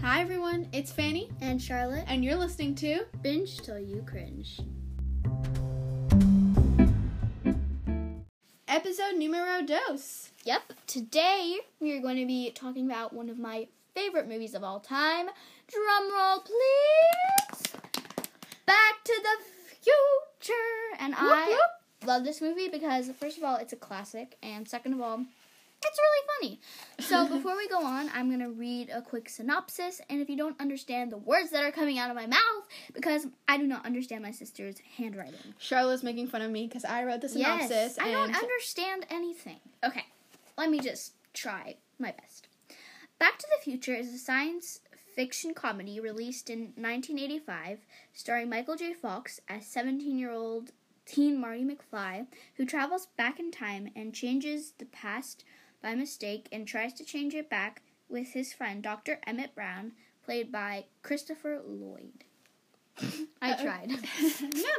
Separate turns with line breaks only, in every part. Hi everyone, it's Fanny,
and Charlotte
and you're listening to
binge till you cringe.
episode numero dos.
Yep, today we are going to be talking about one of my favorite movies of all time. Drum roll, please. Back to the Future, and I love this movie because first of all, it's a classic, and second of all, it's really funny. So before we go on, I'm gonna read a quick synopsis, and if you don't understand the words that are coming out of my mouth, because I do not understand my sister's handwriting.
Charlotte's making fun of me because I wrote the synopsis.
Yes, I don't
and-
understand anything. Okay, let me just try my best. Back to the Future is a science fiction comedy released in 1985, starring Michael J. Fox as 17 year old teen Marty McFly, who travels back in time and changes the past by mistake and tries to change it back with his friend Dr. Emmett Brown, played by Christopher Lloyd. I
Uh-oh.
tried.
no,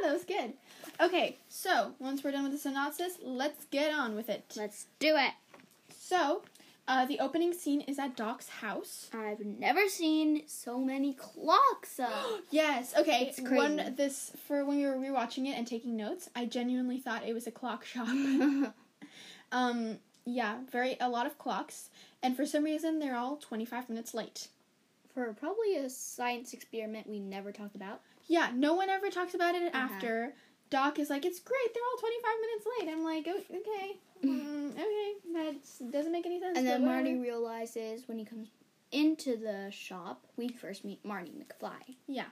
that was good. Okay, so once we're done with the synopsis, let's get on with it.
Let's do it.
So, uh, the opening scene is at Doc's house.
I've never seen so many clocks up.
Yes. Okay.
It's crazy.
When this for when we were rewatching it and taking notes, I genuinely thought it was a clock shop. um. Yeah. Very a lot of clocks, and for some reason they're all twenty five minutes late.
For probably a science experiment we never talked about.
Yeah. No one ever talks about it
Uh-huh.
after. Doc is like, it's great. They're all twenty five minutes late. I'm like, "Oh, okay. Mm, okay. That doesn't make any sense.
And
but
then Marty
whatever."
realizes when he comes into the shop, we first meet Marty McFly.
Yeah.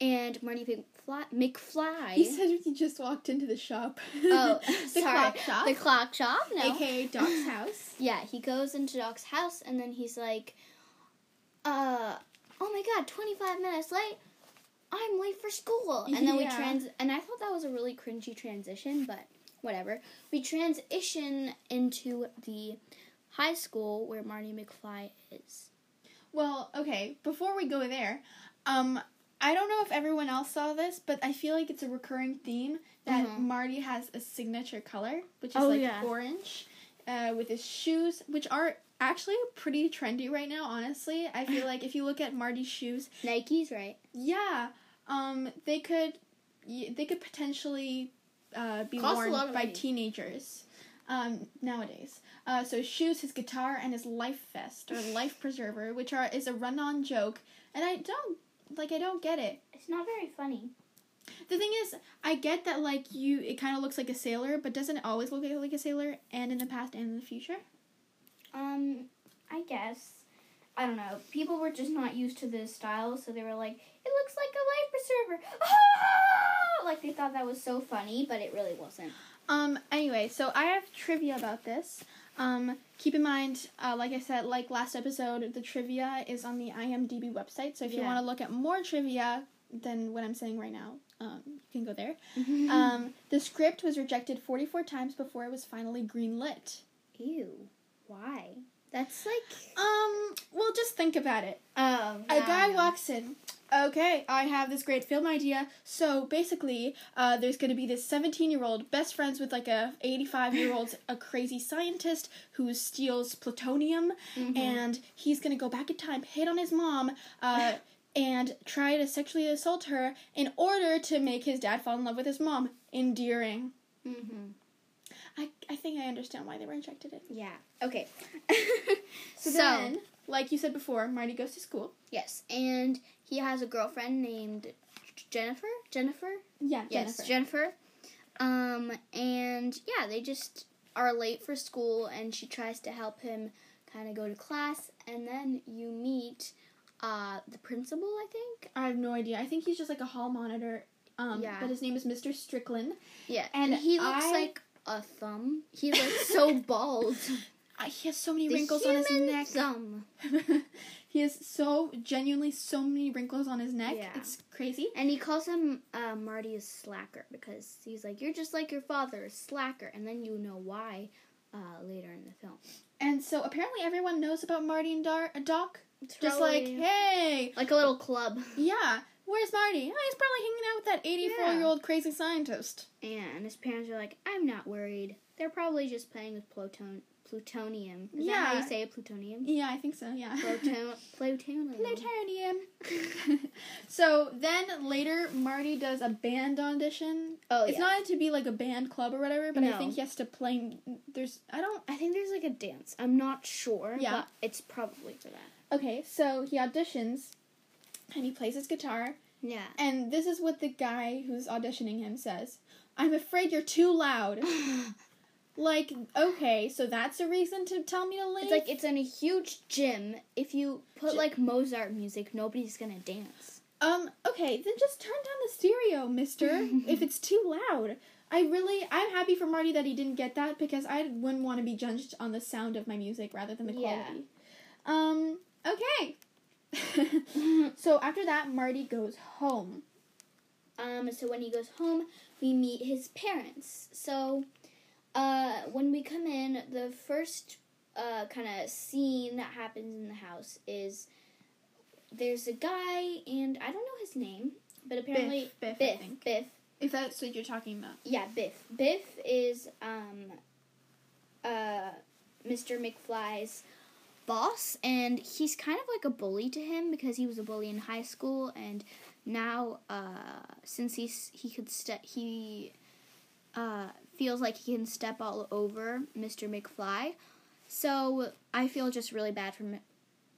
And Marty McFly. McFly
He said he just walked into the shop.
oh,
the
sorry.
clock shop,
The clock shop? No.
aka Doc's house.
Yeah, he goes into Doc's house and then he's like, uh, oh my god, 25 minutes late. I'm late for school. And then we
Yeah.
trans and I thought that was a really cringy transition, but whatever. We transition into the high school where Marty McFly is.
Well, okay, before we go there, um, I don't know if everyone else saw this, but I feel like it's a recurring theme that
Mhm.
Marty has a signature color, which is
Oh,
like
yeah.
orange, uh, with his shoes, which are actually pretty trendy right now, honestly. I feel like if you look at Marty's shoes,
Nike's right.
yeah, um, they could y- they could potentially uh, be
Cost a
worn
lot of
by
money.
teenagers um, nowadays. Uh, so shoes, his guitar, and his life vest or life preserver, which are is a run-on joke, and I don't like I don't get it.
It's not very funny.
The thing is, I get that like you, it kind of looks like a sailor, but doesn't it always look like a sailor? And in the past and in the future.
Um, I guess. I don't know. People were just not used to this style, so they were like, it looks like a life preserver. Ah! Like they thought that was so funny, but it really wasn't.
Um. Anyway, so I have trivia about this. Um. Keep in mind, uh, like I said, like last episode, the trivia is on the IMDb website. So if you
Yeah.
want to look at more trivia than what I'm saying right now, um, you can go there.
Mm-hmm.
um. The script was rejected 44 times before it was finally greenlit.
Ew. Why? That's like.
Um. Well, just think about it.
Um,
A guy walks in. Okay, I have this great film idea. So basically, uh, there's going to be this 17 year old best friends with like a 85 year old, a crazy scientist who steals plutonium, and he's going to go back in time, hit on his mom, uh, and try to sexually assault her in order to make his dad fall in love with his mom. Endearing.
Mm-hmm.
I, I think I understand why they rejected it.
Yeah. Okay.
So,
so,
then, like you said before, Marty goes to school.
yes, and he has a girlfriend named Jennifer. Jennifer.
Yeah,
Yes,
Jennifer.
Jennifer. Um, and yeah, they just are late for school, and she tries to help him kind of go to class, and then you meet uh, the principal, I think.
I have no idea. I think he's just like a hall monitor. Um,
Yeah.
But his name is Mr. Strickland.
Yeah,
And
and he looks
I-
like a thumb. He looks so bald.
Uh, he has so many
The
wrinkles on his
human
neck.
Thumb.
he has so genuinely so many wrinkles on his neck.
Yeah.
It's crazy.
And he calls him uh, Marty a slacker because he's like, "You're just like your father, a slacker." And then you know why uh, later in the film.
And so apparently everyone knows about Marty and Dar- uh, Doc. Just like,
Totally.
hey,
like a little club.
yeah, where's Marty? Oh, he's probably hanging out with that 84 year old crazy scientist.
And his parents are like, "I'm not worried. They're probably just playing with pluton- plutonium. Is that how you
Yeah.
say it, plutonium?
Yeah, I think so. Yeah.
Pluto- plutonium.
Plutonium. so then later, Marty does a band audition.
Oh,
it's
yeah.
not to be like a band club or whatever, but I
No.
think he has to play. There's I don't.
I think there's like a dance. I'm not sure.
Yeah.
But it's probably for that.
Okay, so he auditions, and he plays his guitar,
Yeah.
and this is what the guy who's auditioning him says: "I'm afraid you're too loud." like, okay, so that's a reason to tell me to leave.
It's like it's in a huge gym. If you put
Gi-
like Mozart music, nobody's gonna dance.
Um, okay, then just turn down the stereo, mister, if it's too loud. I really, I'm happy for Marty that he didn't get that because I wouldn't want to be judged on the sound of my music rather than the
Yeah.
quality. Um, okay. so after that, Marty goes home.
Um, so when he goes home, we meet his parents. So, uh, when we come in, the first uh, kind of scene that happens in the house is there's a guy, and I don't know his name, but apparently
Biff, Biff, I
Biff,
think.
Biff.
If that's what you're talking about.
yeah, Biff. Biff is um, uh, Mr. McFly's boss, and he's kind of like a bully to him because he was a bully in high school, and now uh, since he's he could step he uh, feels like he can step all over Mr. McFly. So I feel just really bad for M-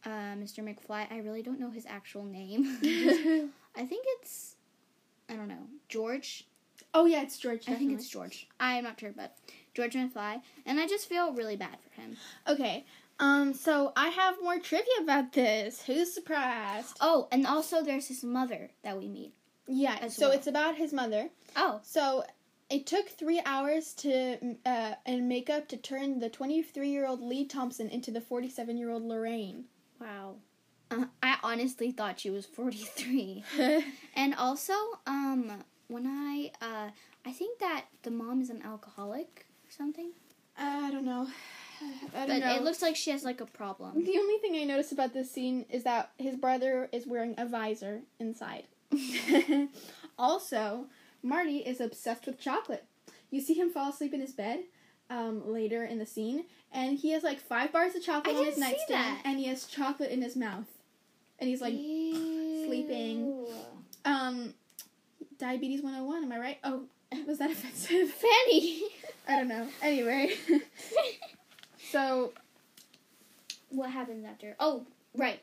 uh, Mr. McFly. I really don't know his actual name. I think it's I don't know George.
Oh yeah, it's George.
I think
definitely.
it's George. I'm not sure, but George McFly. And I just feel really bad for him.
okay. Um, so I have more trivia about this. Who's surprised?
Oh, and also there's his mother that we meet.
Yeah.
As
so
well.
it's about his mother.
Oh,
So it took three hours to uh, and makeup to turn the 23 year old Lee Thompson into the 47 year old Lorraine.
wow. Uh, I honestly thought she was 43.
Uh,
and also, um, when I, uh, I think that the mom is an alcoholic or something.
I don't know. I
But
don't know.
it looks like she has like a problem.
the only thing I noticed about this scene is that his brother is wearing a visor inside. also, Marty is obsessed with chocolate. You see him fall asleep in his bed um, later in the scene, and he has like five bars of chocolate
I
on his
didn't see
nightstand,
that.
and he has chocolate in his mouth. And he's like, sleeping.
Ew.
Um, diabetes 101, am I right? Oh, was that offensive?
Fanny!
I don't know. Anyway, so
what happens after? Oh, right.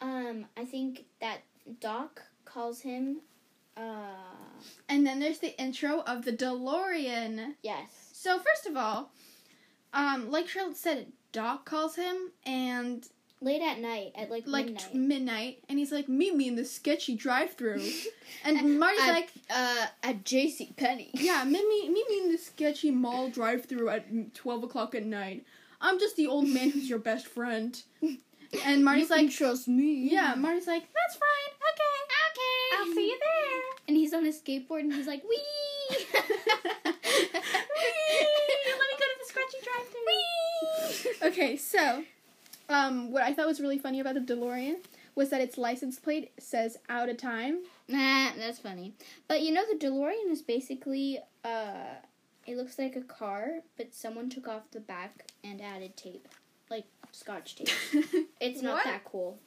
Um, I think that Doc calls him. Uh,
and then there's the intro of the DeLorean.
yes.
So first of all, um, like Charlotte said, Doc calls him and
Late at night, at like,
like
midnight.
midnight, midnight and he's like, "Meet me in the sketchy drive-through," and Marty's
I-
like,
uh, at J.C. Penny.
"Yeah, meet me, meet me in the sketchy mall drive-through at twelve o'clock at night. I'm just the old man who's your best friend." And Marty's like,
trust me.
Yeah, Marty's like, that's fine. Okay.
Mm-hmm. Okay.
I'll see you there.
And he's on his skateboard, and he's like, "Wee!"
drive-through. Okay, so um, what I thought was really funny about the DeLorean was that its license plate says out of time.
Nah, that's funny. But you know, the DeLorean is basically uh, it looks like a car, but someone took off the back and added tape, like scotch tape. It's not
What?
that cool.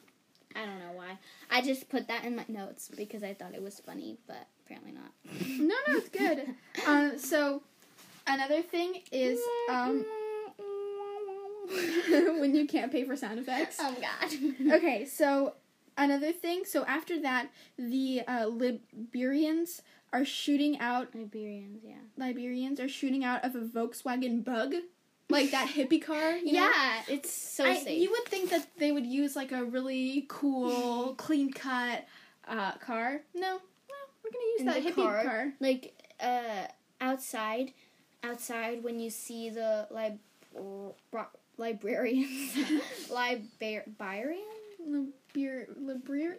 I don't know why. I just put that in my notes because I thought it was funny, but apparently not.
no, no, it's good. Um, so another thing is um, when you can't pay for sound effects.
oh god.
okay, so another thing. So after that, the uh, Liberians are shooting out
Liberians, yeah.
Liberians are shooting out of a Volkswagen Bug, like that hippie car. you know?
Yeah, it's so
I,
safe.
you would think that they would use like a really cool, clean cut uh, car. No, no, we're gonna use
In
that
the
hippie
car.
car.
like uh outside outside when you see the lib bro- librarians librarian
Liber- Librarian.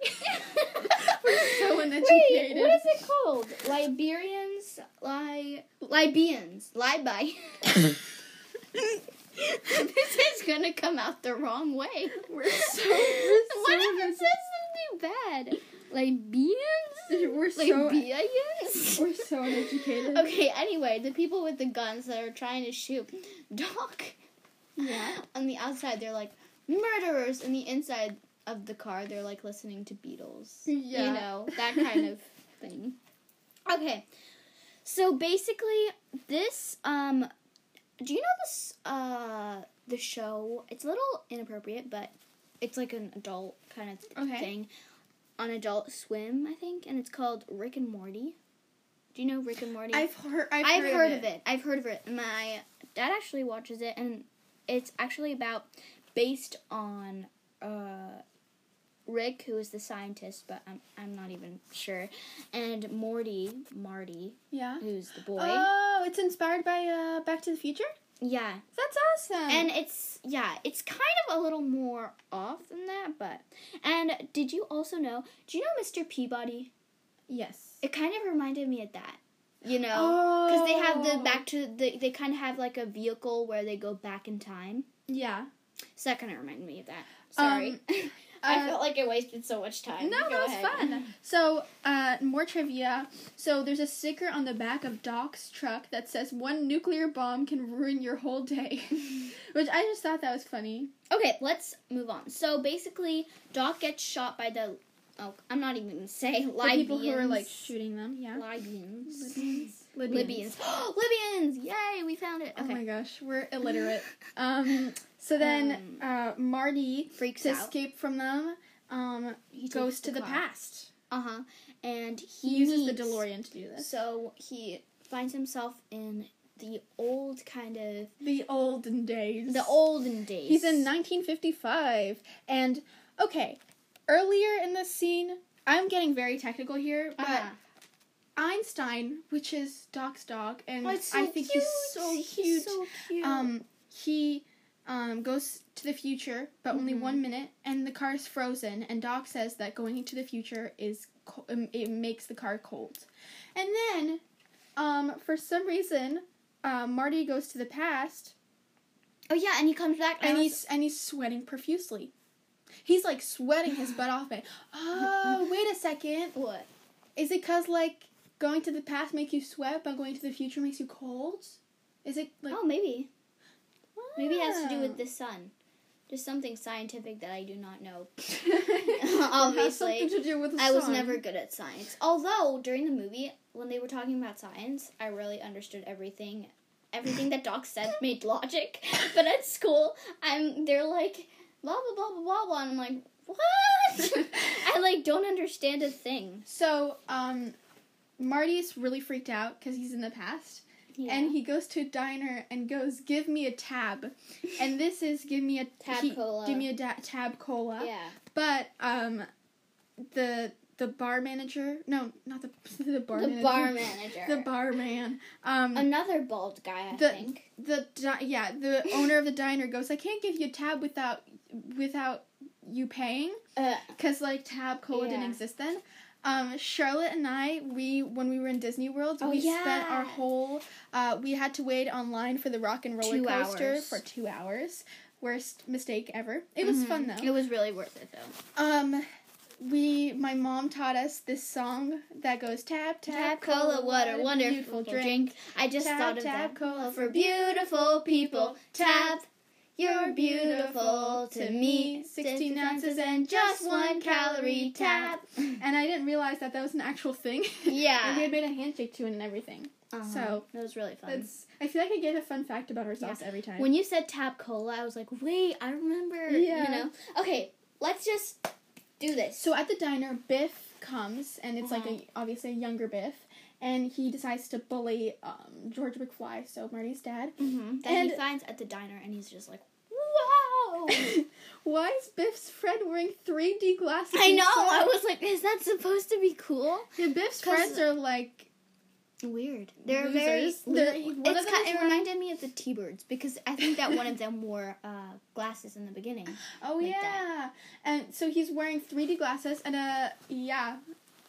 we're
so
Wait,
uneducated.
what is it called? Liberians, li Libyans, Liby. this is gonna come out the wrong way.
we're so
what if it says something bad? Libyans,
we're so
Libyans.
we're so uneducated.
Okay, anyway, the people with the guns that are trying to shoot Doc
Yeah.
On the outside, they're like murderers. And the inside of the car, they're like listening to Beatles.
Yeah.
You know, that kind of thing. Okay. So basically, this, um, do you know this, uh, the show? It's a little inappropriate, but it's like an adult kind of
Okay.
thing on Adult Swim, I think, and it's called Rick and Morty. Do you know Rick and Morty?
I've heard. I've,
I've
heard, of it.
I've heard of it. My dad actually watches it, and it's actually about based on uh, Rick, who is the scientist, but I'm I'm not even sure, and Morty, Marty,
Yeah.
who's the boy.
Oh, it's inspired by uh, Back to the Future.
yeah,
That's awesome.
and it's yeah, it's kind of a little more off than that, but and did you also know? Do you know Mr. Peabody?
yes.
It kind of reminded me of that. You know.
Oh.
Because they have the back to the, they kind of have like a vehicle where they go back in time.
Oh, Yeah.
So that kind of reminded me of that. Sorry,
Um,
I
uh,
felt like I wasted so much time.
No,
Go
no, it's
ahead.
fun. So, uh, more trivia. So, there's a sticker on the back of Doc's truck that says, One nuclear bomb can ruin your whole day. Which I just thought that was funny.
Okay, let's move on. So basically, Doc gets shot by the. Oh, I'm not even gonna say
The
Libyans.
people who are like shooting them, yeah.
Libyans.
Libyans.
Libyans. Libyans! Yay, we found it.
Oh
Okay.
my gosh, we're illiterate. um, so then uh, Marty,
Freaks
to
out.
escape from them, um,
He
goes
takes
to the,
car.
past.
Uh huh. And he,
He uses the
meets-
DeLorean to do this.
So he finds himself in the old kind of
The olden days.
the olden days.
He's in 1955. And okay, earlier in this scene, I'm getting very technical here, but
Uh-huh.
Einstein, which is Doc's dog, and
Oh, it's so
I think he's so
He's
cute.
so cute.
Um, he um goes to the future, but only one minute, and the car is frozen. And Doc says that going into the future is co- um, it makes the car cold, and then um for some reason. Uh, Marty goes to the past
oh yeah, and he comes back
and
was-
he's and he's sweating profusely. He's like sweating his butt off. And oh, wait a second.
what?
Is it cause like going to the past makes you sweat, but going to the future makes you cold? Is it like
oh, maybe maybe it has to do with
Wow.
the sun. Just something scientific that I do not know.
It has
Obviously,
something to do with the
I was
sun.
never good at science. Although during the movie, when they were talking about science, I really understood everything. Everything that Doc said made logic. But at school, I'm they're like blah blah blah blah blah, blah and I'm like what? I like don't understand a thing.
So um, Marty's really freaked out because he's in the past. And he goes to a diner and goes, "Give me a tab," and this is, "Give me a
Tab
he-
cola.
Give me a da- tab cola.
yeah.
But um, the the bar manager, no, not the the bar
The
manager,
bar manager.
the barman, um,
Another bald guy, I
The-
think.
the di- yeah, the owner of the diner goes, I can't give you a tab without without you paying,
Uh,
cause like tab cola didn't
Yeah.
exist then. Um, Charlotte and I, we when we were in Disney World,
Oh,
we spent
yeah.
our whole uh, we had to wait online for the rock and roller
Two
coaster
hours.
for two hours. Worst mistake ever. It was fun though.
Mm-hmm. it was really worth it though.
Um, we my mom taught us this song that goes tap tap
Tab cola, what a wonderful
beautiful
drink. I just
Tap,
thought of
tap,
that.
cola
For beautiful people, tap. You're beautiful to me.
16 ounces and just one calorie tap. And I didn't realize that that was an actual thing. and we
Yeah. Uh-huh.
had made a handshake to it and everything. So,
that was really fun.
That's I feel like I get a fun fact about ourselves every time.
When you said tap cola, I was like, wait, I remember.
Yeah.
You know. Okay, let's just do this.
So at the diner, Biff comes, and it's like
Uh-huh.
a obviously a younger Biff, and he decides to bully um, George McFly, so Marty's dad.
hmm That he
And-
finds at the diner, and he's just like, wow.
Why is Biff's friend wearing 3D glasses?
I know. I
inside?
was like, is that supposed to be cool?
Yeah, Biff's
'Cause-
friends are like
Weird. They're
losers.
very.
They're-
li-
one of
it's
them
ki-
is
it
wearing-
reminded me of the T-Birds because I think that one of them wore uh, glasses in the beginning.
Oh
like
yeah,
that.
and so he's wearing 3D glasses and a yeah.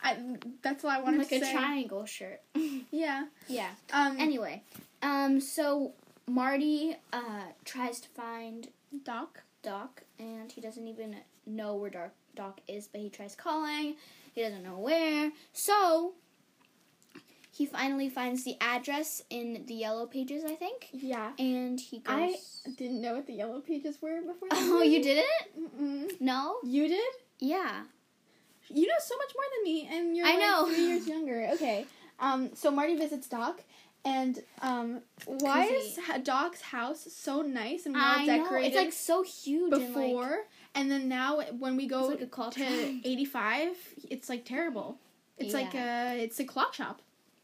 I, that's all I wanted
like
to
a
say.
triangle shirt.
Yeah.
yeah.
Um.
Anyway, um, so Marty uh, tries to find
Doc.
Doc, and he doesn't even know where Doc, Doc is, but he tries calling. He doesn't know where. So he finally finds the address in the yellow pages, I think,
Yeah.
and he goes.
I didn't know what the yellow pages were before. this
oh, you
movie.
didn't?
Mm-mm.
No.
You did?
Yeah.
You know so much more than me, and you're
I
like
know.
three years younger. Okay. Um. So Marty visits Doc, and um, why is
Cozy.
ha- Doc's house so nice and well
I know.
decorated
It's like so huge. and, like-
before, and then now when we go
It's like a clock
to
shop.
eighty five, it's like terrible. It's like a it's a clock shop.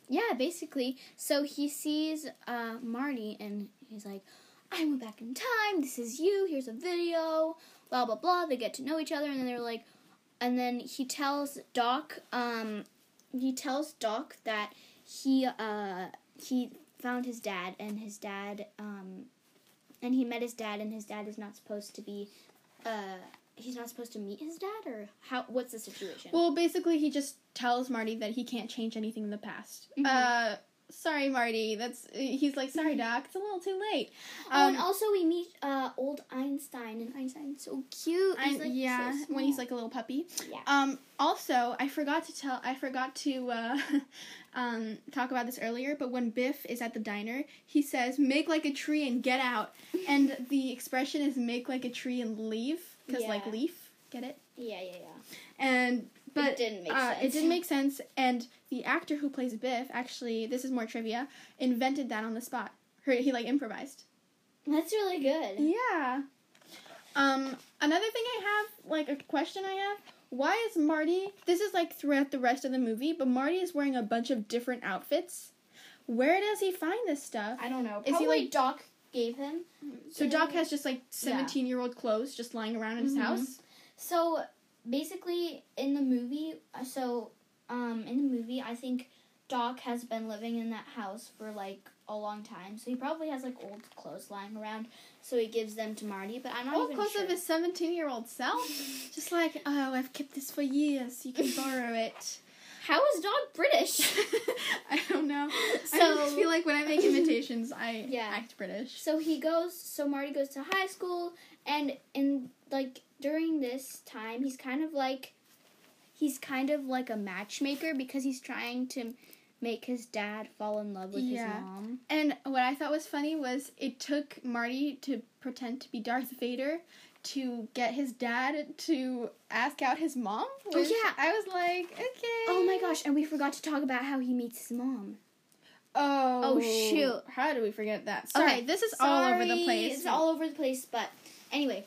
yeah, basically. So he sees uh, Marty and he's like, "I went back in time. This is you. Here's a video." Blah blah blah. They get to know each other, and then they're like, and then he tells Doc, um, he tells Doc that he uh he found his dad, and his dad um, and he met his dad, and his dad is not supposed to be uh. He's not supposed to meet his dad, or how? What's the situation?
Well, basically, he just tells Marty that he can't change anything in the past.
Mm-hmm.
Uh, sorry, Marty. That's he's like, sorry, Doc. It's a little too late.
Mm-hmm. oh, and
Um,
also we meet uh, old Einstein, and Einstein's so cute.
I-
He's, uh, like, so
yeah, when he's
small.
like a little puppy.
Yeah.
Um, also, I forgot to tell. I forgot to uh, um, talk about this earlier. But when Biff is at the diner, he says, "Make like a tree and get out." and the expression is "make like a tree and leave" because like
Yeah.
leaf, get it?
yeah, yeah, yeah.
And but
it didn't make
uh,
sense.
it didn't make sense. And the actor who plays Biff, actually, this is more trivia, invented that on the spot. Her, he like improvised.
That's really good.
Yeah. Um. Another thing I have, like a question I have, why is Marty? This is like throughout the rest of the movie, but Marty is wearing a bunch of different outfits. Where does he find this stuff?
I don't know.
Is he, like-
Doc gave him?
So Doc has just like seventeen-year-old clothes just lying around in his
Mhm.
house.
So basically, in the movie, uh, so um, in the movie, I think Doc has been living in that house for like a long time, so he probably has like old clothes lying around. So he gives them to Marty, but I'm not
All
even
clothes
sure.
of his seventeen-year-old self. just like, oh, I've kept this for years. You can borrow it.
How is Doc British?
I don't know. I
So-
just feel like when I make imitations, I
Yeah.
act British.
So he goes. So Marty goes to high school, and in like during this time, he's kind of like, he's kind of like a matchmaker because he's trying to make his dad fall in love with
Yeah.
his mom.
And what I thought was funny was it took Marty to pretend to be Darth Vader to get his dad to ask out his mom. which
Oh, yeah.
I was like, okay.
Oh my gosh! And we forgot to talk about how he meets his mom.
Oh.
Oh, shoot.
How do we forget that? Sorry, this is all over the
Sorry,
place.
It's all over the place, but anyway.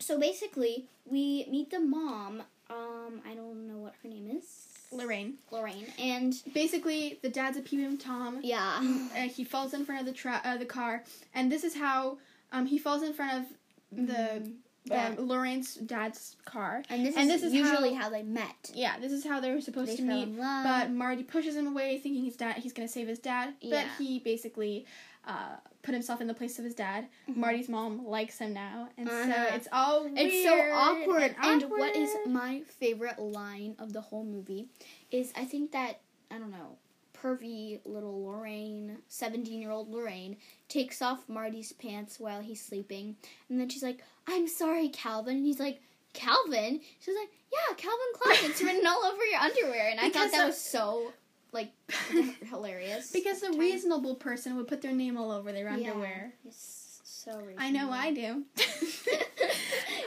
So basically, we meet the mom. Um, I don't know what her name is.
Lorraine.
Lorraine. And
Basically, the dad's a PBM Tom.
yeah.
uh, he falls in front of the tra- uh, the car, and this is how um, he falls in front of the
Mm-hmm. Yeah.
um, Lorraine's dad's car.
And this
And
is
this is
usually how, they met.
Yeah, this is how they were supposed
They
to
fell
meet.
in love.
But Marty pushes him away, thinking his dad he's gonna save his dad.
Yeah.
But he basically uh, put himself in the place of his dad. Marty's mom likes him now, and
Mm-hmm. Uh-huh.
so it's all
It's so
weird
awkward. And, what is
awkward.
my favorite line of the whole movie is I think that, I don't know, pervy little Lorraine, 17 year old Lorraine, takes off Marty's pants while he's sleeping. And then she's like, I'm sorry, Calvin. And he's like, Calvin? She's like, Yeah, Calvin Klein. It's written all over your underwear. And I
Because
thought that
the-
was so, like, hilarious.
because the reasonable person would put their name all over their
Yeah.
underwear?
It's so
I know
reasonable.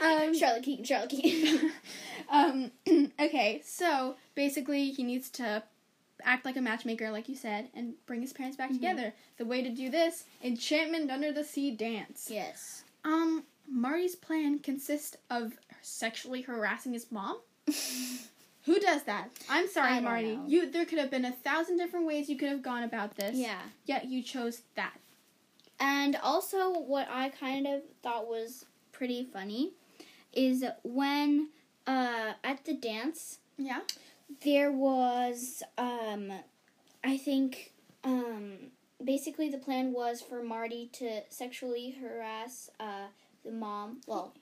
I do.
um,
Um,
Charlotte Keaton, Charlotte Keaton.
um, okay, so basically, he needs to act like a matchmaker, like you said, and bring his parents
Mm-hmm.
back together. The way to do this: enchantment under the sea dance.
yes.
Um, Marty's plan consists of sexually harassing his mom. Who does that? I'm
I
sorry,
don't
Marty.
know.
You there could have been a thousand different ways you could have gone about this.
Yeah.
Yet you chose that.
And also, what I kind of thought was pretty funny is when uh, at the dance
Yeah.
there was, um, I think, um, basically the plan was for Marty to sexually harass uh, the mom. Well,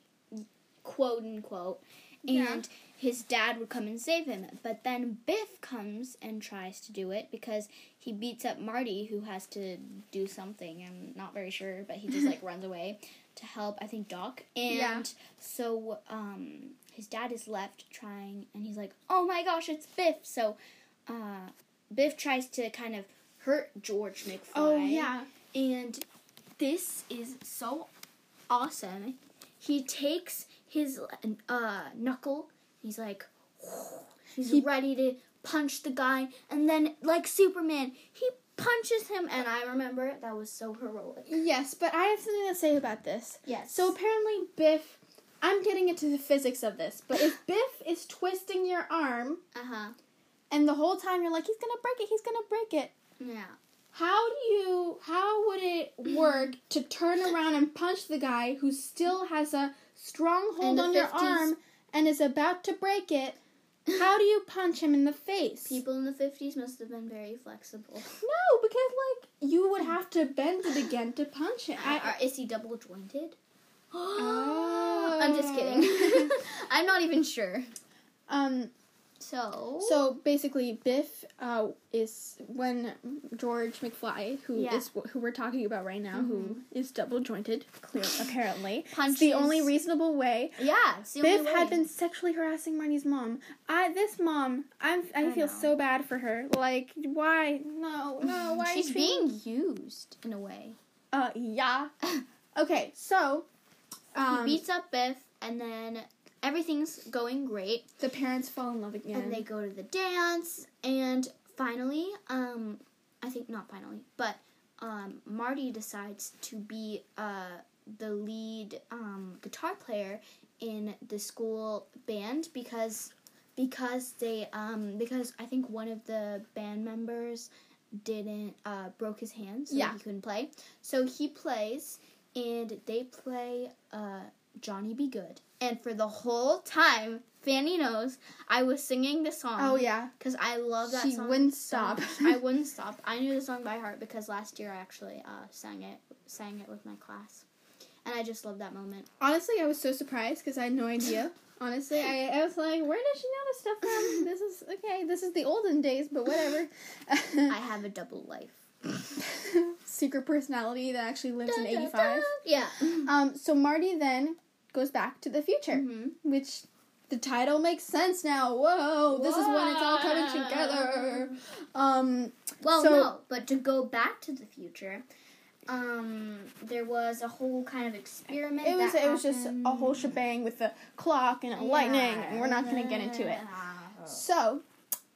quote unquote. And
Yeah.
his dad would come and save him. But then Biff comes and tries to do it because he beats up Marty, who has to do something. I'm not very sure, but he just like runs away to help, I think, Doc. And
Yeah.
so um, his dad is left trying, and he's like, oh my gosh, it's Biff. So uh, Biff tries to kind of hurt George McFly.
Oh yeah.
And this is so awesome. He takes his uh, knuckle. He's like, he's ready to punch the guy, and then like Superman, he punches him. And I remember that was so heroic.
Yes, but I have something to say about this.
Yes.
So apparently Biff I'm getting into the physics of this, but if Biff is twisting your arm
uh huh.
and the whole time you're like, he's gonna break it, he's gonna break it,
Yeah.
how do you how would it work to turn around and punch the guy who still has a strong
In
hold
the
on your
50s.
arm and is about to break it how do you punch him in the face
People in the 50s must have been very flexible.
no because like you would have to bend it again to punch it I,
Are- is he double jointed?
Oh.
I'm just kidding. I'm not even sure.
um
So.
so basically biff uh is when george mcfly who is
Yeah.
who we're talking about right now who is double jointed clearly apparently it's
Punches-
the only reasonable way
Yeah. it's the only
Biff had
way.
been sexually harassing Marnie's mom. I this mom, I'm, I,
I
feel
know.
so bad for her. Like, why? No, no, why? are you
She's
treating-
being used in a way.
Uh, yeah. Okay, so, um,
he beats up Biff, and then everything's going great.
the parents fall in love again.
And they go to the dance, and finally, um, I think not finally, but um, Marty decides to be uh, the lead um, guitar player in the school band because because they um because I think one of the band members didn't uh broke his hand so
Yeah.
he couldn't play. So he plays and they play uh Johnny Be Good. And for the whole time, Fanny knows I was singing the song.
oh yeah,
Cuz I love that
She
song.
wouldn't
so
stop.
much. I wouldn't stop. I knew the song by heart because last year I actually uh sang it sang it with my class. And I just love that moment.
honestly, I was so surprised because I had no idea. Honestly, I, I was like, where does she know this stuff from? This is okay. This is the olden days, but whatever.
I have a double life.
Secret personality that actually lives in
Dun, dun,
'85.
dun. Yeah.
Um, so Marty then goes back to the future,
Mhm.
which the title makes sense now. Whoa, this is when it's all coming together. Um,
Well,
So-
no, but to go back to the future, um, there was a whole kind of experiment.
it was
that
it was just a whole
happened.
shebang with the clock and lightning, and we're not gonna get into it. So,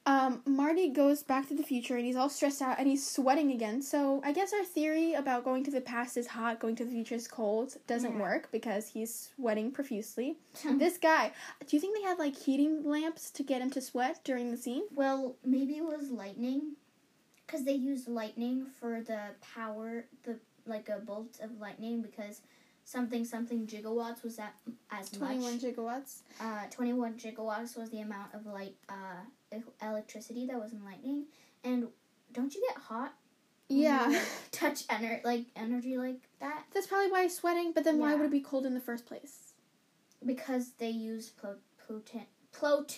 um, Marty goes back to the future and he's all stressed out and he's sweating again. So I guess our theory about going to the past is hot, going to the future is cold doesn't
Yeah. Hmm.
work because he's sweating profusely. this guy, do you think they had like heating lamps to get him to sweat during the scene?
Well, maybe it was lightning, because they used lightning for the power, the like a bolt of lightning, because something something gigawatts was that as much.
21 gigawatts.
Uh, Twenty-one gigawatts was the amount of light uh, e- electricity that was in lightning, and don't you get hot?
Mm-hmm.
when you,
Yeah.
like, touch ener- like energy like that
That's probably why he's sweating, but then why
Yeah.
would it be cold in the first place?
because they used pl- pluton plot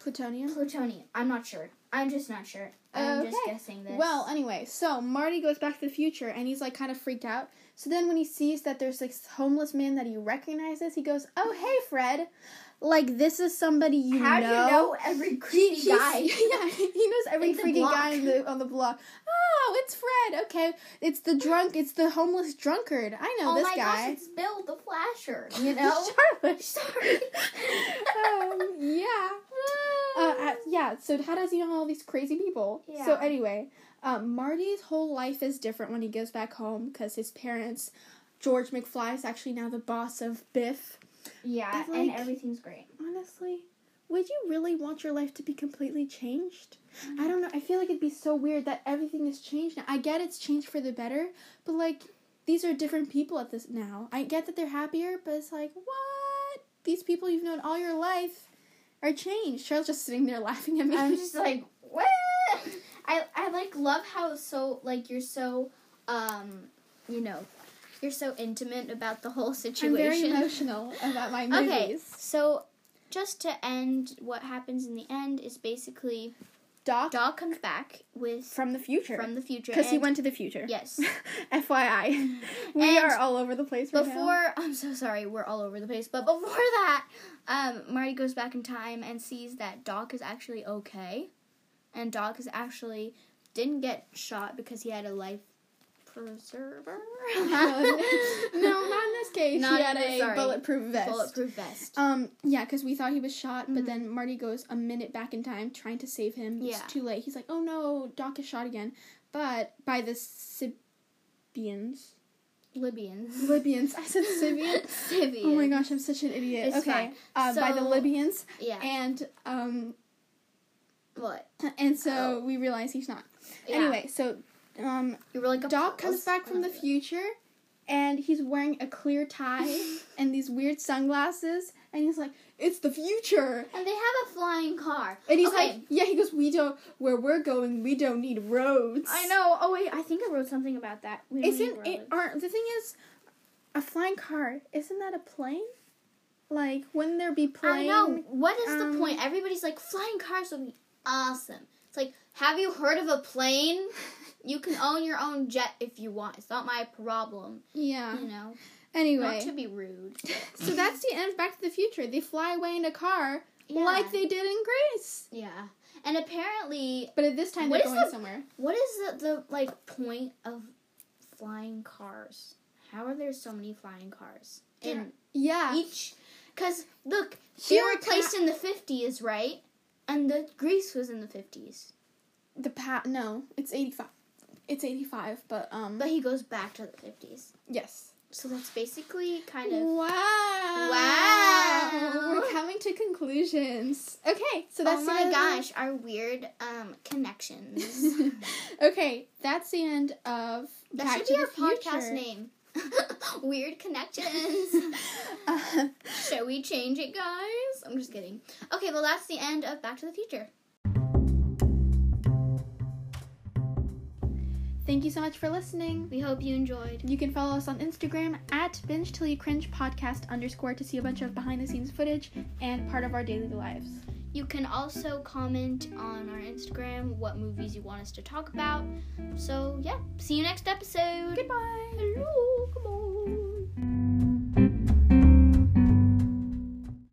Plutonium?
plutonium. I'm not sure. I'm just not sure. I'm just
Okay.
guessing this.
Well, anyway, so Marty goes back to the future and he's like kind of freaked out. So then when he sees that there's this homeless man that he recognizes, he goes, "Oh, hey, Fred. Like this is somebody you
how
know."
do you know every creepy
He's-
guy?
yeah, he knows every
In the
freaking
block.
guy on the, on the block. Oh, it's Fred. Okay, it's the drunk. It's the homeless drunkard. I know
oh
this
my gosh,
guy.
it's Bill the Flasher. You know.
Charlotte.
Sorry.
um, yeah. Uh, uh, yeah, so how does he know all these crazy people? So,
Yeah.
anyway, um, Marty's whole life is different when he goes back home because his parents, George McFly, is actually now the boss of Biff.
yeah,
But,
and
like-
everything's great.
Honestly, would you really want your life to be completely changed? I don't know. I feel like it'd be so weird that everything is changed now. I get it's changed for the better, but like, these are different people at this now. I get that they're happier, but it's like, what? These people you've known all your life are changed. Cheryl's just sitting there laughing at me.
I'm just like, what?
I I like love how so like you're so um you know you're so intimate about the whole
I'm very
situation.
emotional about my movies.
okay, so just to end, what happens in the end is basically
Doc
Doc comes back with
from the future.
from the future
because he
and-
went to the future.
Yes.
FYI, we
And
are all over the place right now.
Before I'm so sorry, we're all over the place. But before that, um, Marty goes back in time and sees that Doc is actually okay, and Doc is actually didn't get shot because he had a life preserver.
no, not in this case.
Not
he
in
had
this,
a
sorry.
bulletproof vest.
bulletproof vest.
Um, yeah, because we thought he was shot, but then Marty goes a minute back in time trying to save him.
Yeah.
It's too late. He's like, oh no, Doc is shot again. But by the Sibians.
Libyans.
Libyans. I said Sibians.
Sibians.
Oh my gosh, I'm such an idiot.
It's
okay.
fine.
Uh, by the
So-
Libyans.
Yeah.
And um
what?
and so we realize he's not.
Oh. Yeah.
Anyway, so um
You were like a
Doc
pulse.
comes back from the
Oh,
future and he's wearing a clear tie and these weird sunglasses and he's like, It's the future
And they have a flying car.
And he's
Okay,
like, Yeah, he goes, We don't where we're going, we don't need roads.
I know. Oh wait, I think I wrote something about that. We don't
Isn't
need
it
roads.
aren't the thing is a flying car, isn't that a plane? Like wouldn't there be plane
I know. What is
um,
the point? Everybody's like, flying cars would be awesome. It's like, have you heard of a plane? You can own your own jet if you want. It's not my problem.
Yeah.
You know,
Uh-huh. Anyway.
Mm. not to be rude.
so that's the end of Back to the Future. They fly away in a car
Yeah.
like they did in Greece.
yeah. And apparently,
But at this time
What
they're
is
going
the-
somewhere.
what is the, the like point of flying cars? How are there so many flying cars? And
Yeah.
each, because look, they
Here
were
are ca-
placed in the fifties, right? And the Greece was in the fifties.
the pat no, it's eighty five. It's eighty five, but um
But he goes back to the 50s.
yes.
So that's basically kind of.
Wow.
Wow.
We're coming to conclusions. Okay, so that's
oh
the
my
end of-
gosh, our weird um connections.
okay, that's the end of
that
Back
should
to
be
the
our podcast
Future.
name. weird connections.
Uh,
Shall we change it, guys? I'm just kidding. Okay, well that's the end of Back to the Future.
thank you so much for listening.
We hope you enjoyed.
You can follow us on Instagram at binge till you cringe podcast underscore to see a bunch of behind the scenes footage and part of our daily lives.
You can also comment on our Instagram what movies you want us to talk about. So yeah, see you next episode.
Goodbye.
Hello, come on.